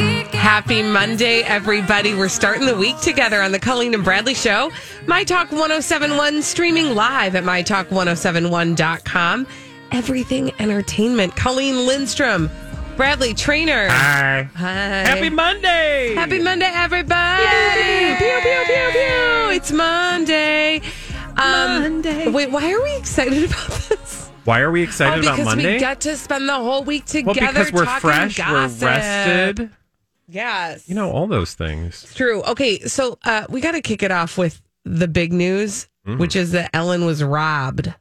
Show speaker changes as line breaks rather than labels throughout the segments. Happy Monday, everybody. We're starting the week together on the Colleen and Bradley Show. My Talk 1071, streaming live at mytalk1071.com. Everything Entertainment. Colleen Lindstrom, Bradley Trainer.
Hi.
Hi.
Happy Monday.
Happy Monday, everybody. Pew, pew, pew, pew. It's Monday. Um, Monday. Wait, why are we excited about this?
Why are we excited
oh,
about
because
Monday?
we got to spend the whole week
well,
together
because we're
talking
fresh,
gossip.
we're rested.
Yes.
You know, all those things.
True. Okay, so uh, we got to kick it off with the big news,
Mm-hmm.
which is that Ellen was robbed.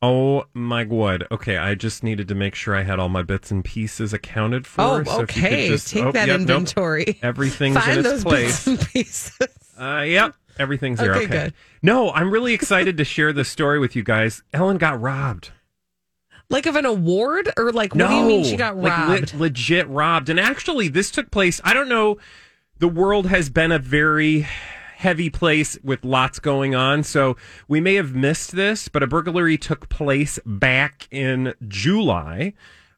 Oh my god. Okay, I just needed to make sure I had all my bits and pieces accounted for.
Oh,
so if you could
okay.
just-
Take
oh,
that
yep, nope.
inventory.
Everything's
Find
in its
those
place.
bits and pieces.
Uh, yep. Everything's there.
Okay,
Okay.
good.
No, I'm really excited to share this story with you guys. Ellen got robbed.
like of an award, or like what do you mean she got
like, le-
robbed?
legit robbed. And actually, this took place. I don't know. The world has been a very heavy place with lots going on, so we may have missed this. But a burglary took place back in July.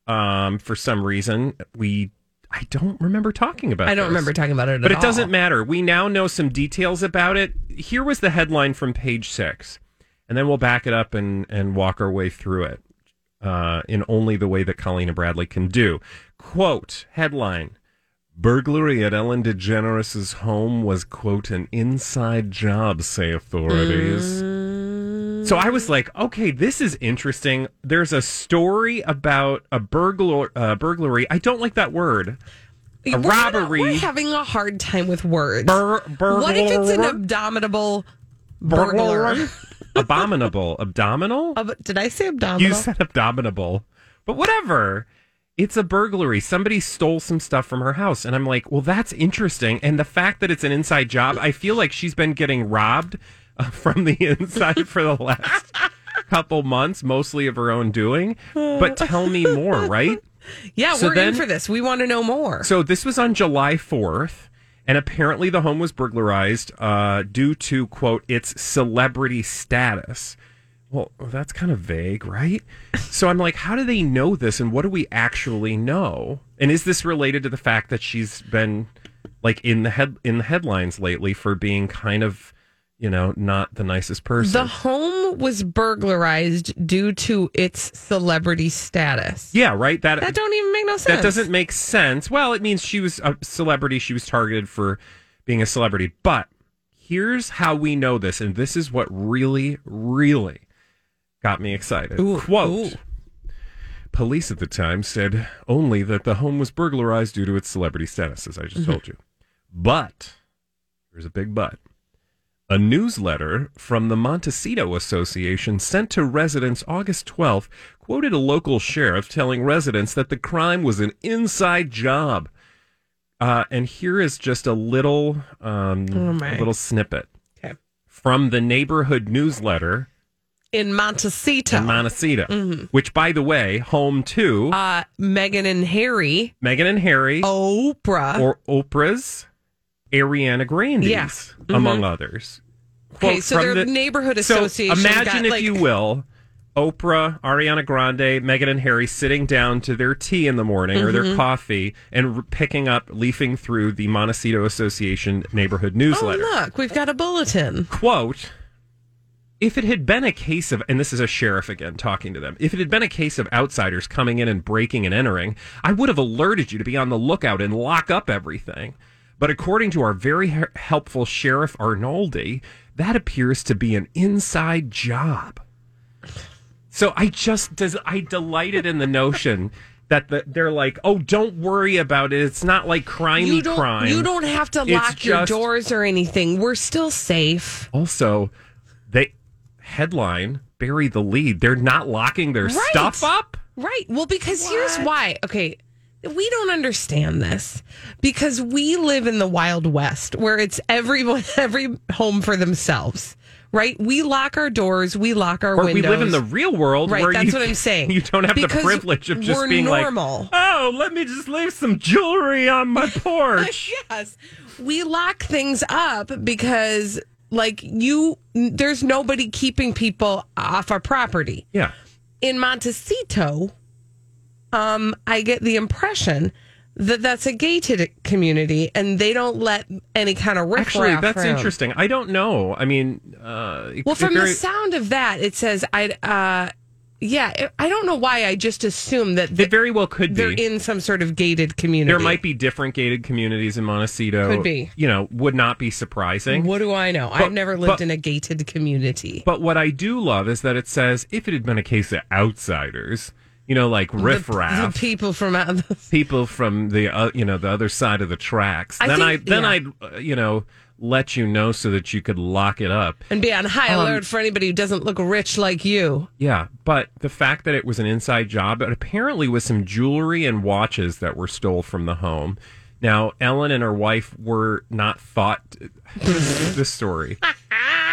Um, for some reason, we I don't remember talking about.
I don't
this.
remember talking about it.
But
at
it doesn't
all.
matter. We now know some details about it. Here was the headline from page six, and then we'll back it up and, and walk our way through it uh, in only the way that Colleen and Bradley can do. Quote headline Burglary at Ellen DeGeneres' home was, quote, an inside job, say authorities.
Mm.
So I was like, okay, this is interesting. There's a story about a burglar, uh, burglary. I don't like that word.
We're
a
not-
robbery.
we're having a hard time with words.
Bur- burglar.
what if it's an abominable burglar?
abominable. Abdominal?
Ab- Did I say abdominal?
You said abominable. But whatever. It's a burglary. Somebody stole some stuff from her house. And I'm like, well, that's interesting. And the fact that it's an inside job, I feel like she's been getting robbed uh, from the inside for the last couple months, mostly of her own doing. But tell me more, right?
yeah,
So
we're in
then-
for this. We want to know more.
So this was on July 4th, and apparently the home was burglarized uh, due to, quote, its celebrity status. Well, that's kind of vague, right? so I'm like, how do they know this, and what do we actually know? And is this related to the fact that she's been like in the head in the headlines lately for being kind of, you know, not the nicest person?
The home was burglarized due to its celebrity status.
yeah, right.
That don't even make no sense.
That doesn't make sense. Well, it means she was a celebrity. She was targeted for being a celebrity. But here's how we know this, and this is what really, really got me excited.
Ooh,
Quote.
ooh.
Police at the time said only that the home was burglarized due to its celebrity status, as I
Mm-hmm.
just told you. But, there's a big but. A newsletter from the Montecito Association sent to residents August 12th quoted a local sheriff telling residents that the crime was an inside job. Uh, and here is just a little, um,
Oh, my.
a little snippet
Okay.
from the neighborhood newsletter
In Montecito,
in Montecito, which, by the way, home to
Mm-hmm. uh, Megan and Harry,
Meghan and Harry
Oprah. Oh,
or Oprah's, Ariana Grande's,
Yeah. Mm-hmm.
among others.
okay,
Quote
so
from
their
the-
neighborhood
So
association.
imagine,
got,
if
like-
you will, Oprah, Ariana Grande, Meghan and Harry sitting down to their tea in the morning or
Mm-hmm.
their coffee and r- picking up, leafing through the Montecito Association neighborhood
Oh,
newsletter.
look, we've got a bulletin.
Quote. If it had been a case of, and this is a sheriff again talking to them, if it had been a case of outsiders coming in and breaking and entering, I would have alerted you to be on the lookout and lock up everything. But according to our very he- helpful Sheriff Arnoldi, that appears to be an inside job. So I just des- I delighted in the notion that the, they're like, oh, don't worry about it. It's not like crimey
You don't,
crime.
you don't have to
It's
lock your
just-
doors or anything. We're still safe.
Also, they headline bury the lead. They're not locking their
Right.
stuff up.
Right. Well, because here's why. Okay. We don't understand this because we live in the Wild West where it's everyone, every home for themselves, right? We lock our doors, we lock our
Or we
windows.
live in the real world
Right,
where
that's
you,
what I'm saying.
You don't have
Because
the privilege of just
we're
being
normal.
like, oh, let me just leave some jewelry on my porch.
yes, we lock things up because, like, you, there's nobody keeping people off our property.
yeah.
in Montecito, um, I get the impression that that's a gated community and they don't let any kind of riffraff
Actually, that's
around.
interesting. I don't know. I mean, uh, it-
Well,
it
from
very-
the sound of that, it says I. Uh, yeah, it- I don't know why I just assume that
it
th-
very well could
they're
be.
in some sort of gated community.
there might be different gated communities in Montecito.
Could be.
You know, would not be surprising.
What do I know? I've never lived
but-
in a gated community.
But what I do love is that it says if it had been a case of outsiders, you know, like
the
riffraff,
people from out
people from the uh, you know the other side of the tracks,
I
then
think-
I then
yeah.
I'd uh, you know let you know so that you could lock it up.
and be on high alert for anybody who doesn't look rich like you.
Yeah, but the fact that it was an inside job, it apparently was some jewelry and watches that were stole from the home. Now, Ellen and her wife were not thought. this story.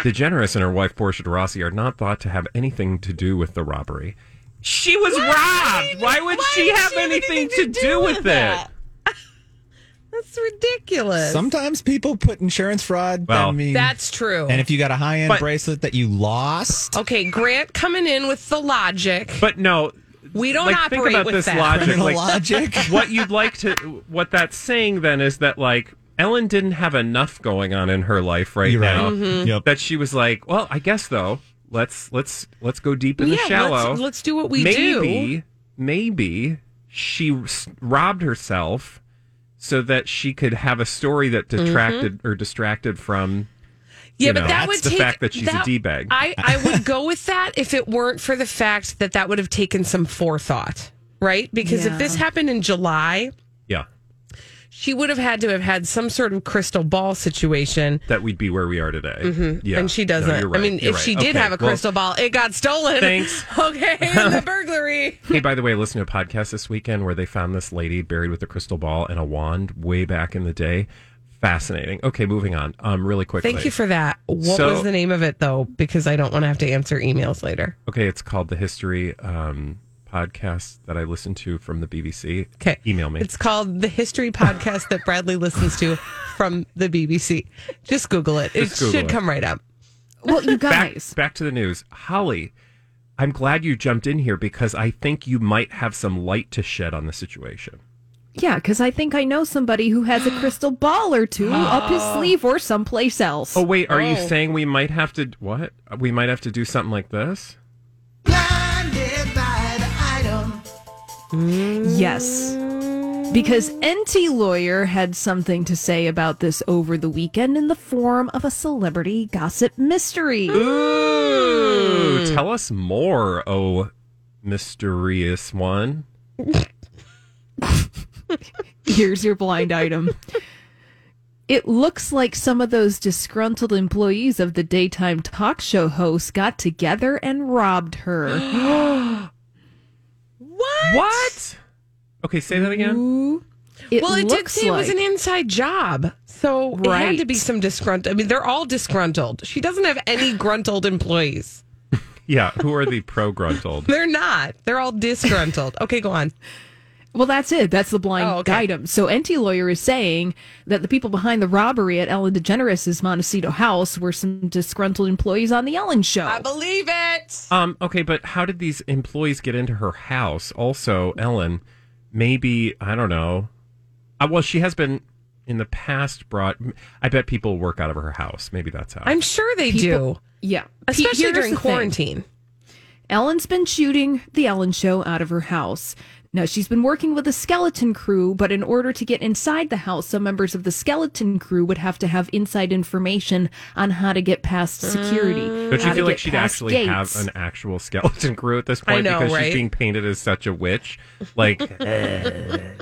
DeGeneres and her wife, Portia de Rossi, are not thought to have anything to do with the robbery. She was robbed! Why would
Why
she
did
have
she have
anything to do, with, it?
that? That's ridiculous.
Sometimes people put insurance fraud.
Well,
I mean,
That's true.
and if you got a high end
But-
bracelet that you lost,
okay, Grant coming in with the logic.
But no.
We don't
like,
operate
think about
with
this
that.
logic.
criminal
Like,
logic.
what you'd like to what that's saying then is that like Ellen didn't have enough going on in her life right
You're right.
now
Mm-hmm.
Yep.
that she was like, well, I guess though, let's let's let's go deep in
Yeah,
the shallow.
let's- let's do what we
maybe, Maybe she s- robbed herself so that she could have a story that
Mm-hmm.
detracted or distracted from
Yeah,
you
but
know,
that would
that's the
take
fact that she's a D-bag.
I, I would go with that if it weren't for the fact that that would have taken some forethought, right? Because if this happened in July,
yeah
she would have had to have had some sort of crystal ball situation.
that we'd be where we are today. Yeah,
Mm-hmm. And she
No,
doesn't.
you're right.
I mean,
You're
if she
right.
did
Okay,
have a
well,
crystal ball, it got stolen.
Thanks.
Okay, and the burglary.
Hey, by the way, listen to a podcast this weekend where they found this lady buried with a crystal ball and a wand way back in the day. Fascinating. Okay, moving on. Um, really quickly.
Thank you for that. What
So-
was the name of it though? Because I don't want to have to answer emails later.
Okay, it's called the History um, podcast that I listen to from the BBC.
Okay.
email me.
It's called the history podcast that Bradley listens to from the BBC. Just Google it.
Just
it
Google
should
it.
come right up.
Well, you
back,
guys.
back to the news, Holly. I'm glad you jumped in here because I think you might have some light to shed on the situation.
Yeah, because I think I know somebody who has a crystal ball or two up his sleeve or someplace else.
Oh wait, are you
Oh.
saying we might have to what? We might have to do something like this?
Yes. Because NT Lawyer had something to say about this over the weekend in the form of a celebrity gossip mystery.
Ooh,
Hmm.
tell us more, oh mysterious one.
Here's your blind item. It looks like some of those disgruntled employees of the daytime talk show host got together and robbed her.
What?
What? Okay, say that again.
Ooh. It
Well, it did
looks
say it was
like-
an inside job. So it had to be
Right.
some disgruntled. I mean, they're all disgruntled. She doesn't have any gruntled employees.
Yeah, who are the pro gruntled?
They're not. They're all disgruntled. Okay, go on.
Well, that's it. That's the blind
Oh, okay.
item. So, NT Lawyer is saying that the people behind the robbery at Ellen DeGeneres' Montecito house were some disgruntled employees on The Ellen Show.
I believe it.
Um, okay, but how did these employees get into her house? Also, Ellen, maybe I don't know. Uh, well, she has been in the past brought. I bet people work out of her house. Maybe that's how.
I'm sure they
People-
do,
yeah. Pete,
especially
here's
during
the thing.
quarantine.
Ellen's been shooting The Ellen Show out of her house. Now, she's been working with a skeleton crew, but in order to get inside the house, some members of the skeleton crew would have to have inside information on how to get past security.
Don't
how
you
to
feel like
get
she'd
past
actually
gates.
have an actual skeleton crew at this
I
point
know,
because
right?
she's being painted as such a witch? Like, like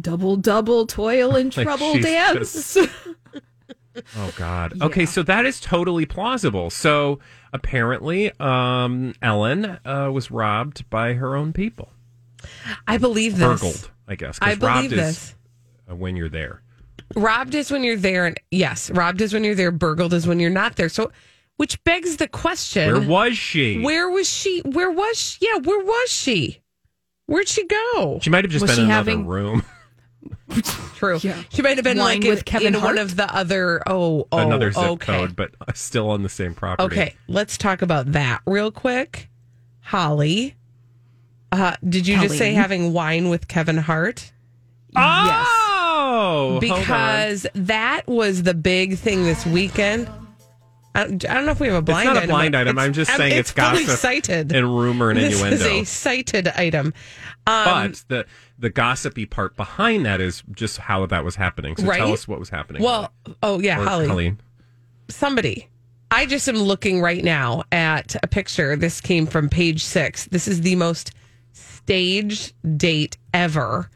double, double, toil and trouble
she's
dance?
just- oh God. Okay, so that is totally plausible. So apparently, um, Ellen uh, was robbed by her own people.
I believe this.
Burgled, I guess. 'cause
I believe
robbed is-
this.
uh, when you're there.
robbed is when you're there and yes robbed is when you're there burgled is when you're not there so which begs the question
Where was she?
where was she where was she yeah where was she where'd she go
she might have just
Was
been
she
in another
having-
room,
true
Yeah.
she might have been
Wine
like
with
in-
Kevin
in one
Hart?
of the other oh oh
another zip
okay
code, but uh, still on the same property.
okay let's talk about that real quick holly uh did you just say
Colleen.
having wine with kevin hart
Oh, hold on.
because that was the big thing this weekend. I, I don't know if we have a blind.
not a
item.
blind item. I'm just saying it's
fully
gossip
cited
and rumor and
This is um,
innuendo.
a cited item.
but the the gossipy part behind that is just how that was happening. So
Right?
tell us what was happening.
Well, oh yeah,
Or
Holly,
Colleen.
somebody. I just am looking right now at a picture. This came from page six. This is the most staged date ever.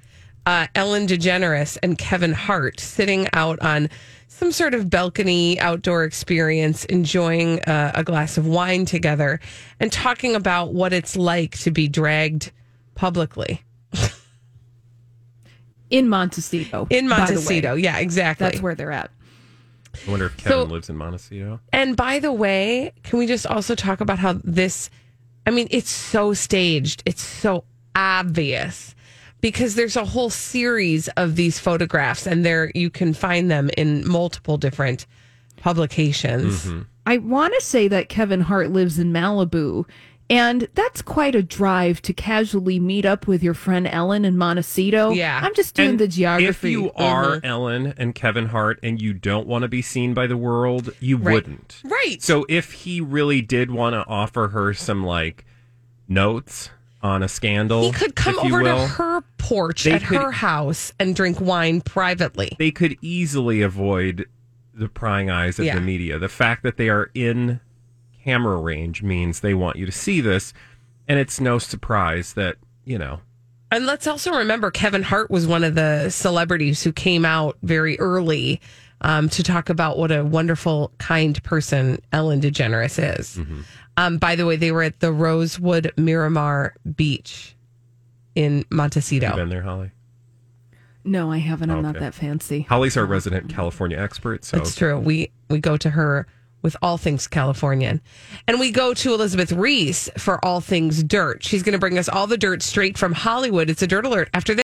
Uh, Ellen DeGeneres and Kevin Hart sitting out on some sort of balcony outdoor experience, enjoying uh, a glass of wine together and talking about what it's like to be dragged publicly
in Montecito.
in
by the way.
Montecito. Yeah, exactly.
That's where they're at.
I wonder if Kevin
So-
lives in Montecito.
And by the way, can we just also talk about how this? I mean, it's so staged. It's so obvious because there's a whole series of these photographs, and there you can find them in multiple different publications.
Mm-hmm.
I want to say that Kevin Hart lives in Malibu, and that's quite a drive to casually meet up with your friend Ellen in Montecito.
Yeah.
I'm just doing
And
the geography. Uh-huh.
If you
mm-hmm.
are Ellen and Kevin Hart and you don't want to be seen by the world, you wouldn't.
Right.
So if he really did want to offer her some like notes on a scandal,
He could come
if you
over to
will,
her porch
They
at
could-
her house and drink wine privately.
They could easily avoid the prying eyes of
Yeah.
the media. The fact that they are in camera range means they want you to see this, and it's no surprise that you know
And let's also remember Kevin Hart was one of the celebrities who came out very early um, to talk about what a wonderful, kind person Ellen DeGeneres is.
Mm-hmm.
Um, by the way, they were at the Rosewood Miramar Beach in
you've
Montecito.
been there, Holly.
No, I haven't. I'm not
Okay.
that fancy.
Holly's our resident California expert, so
That's true. We we go to her with all things Californian, and we go to Elizabeth Reese for all things dirt. She's going to bring us all the dirt straight from Hollywood. It's a dirt alert after this.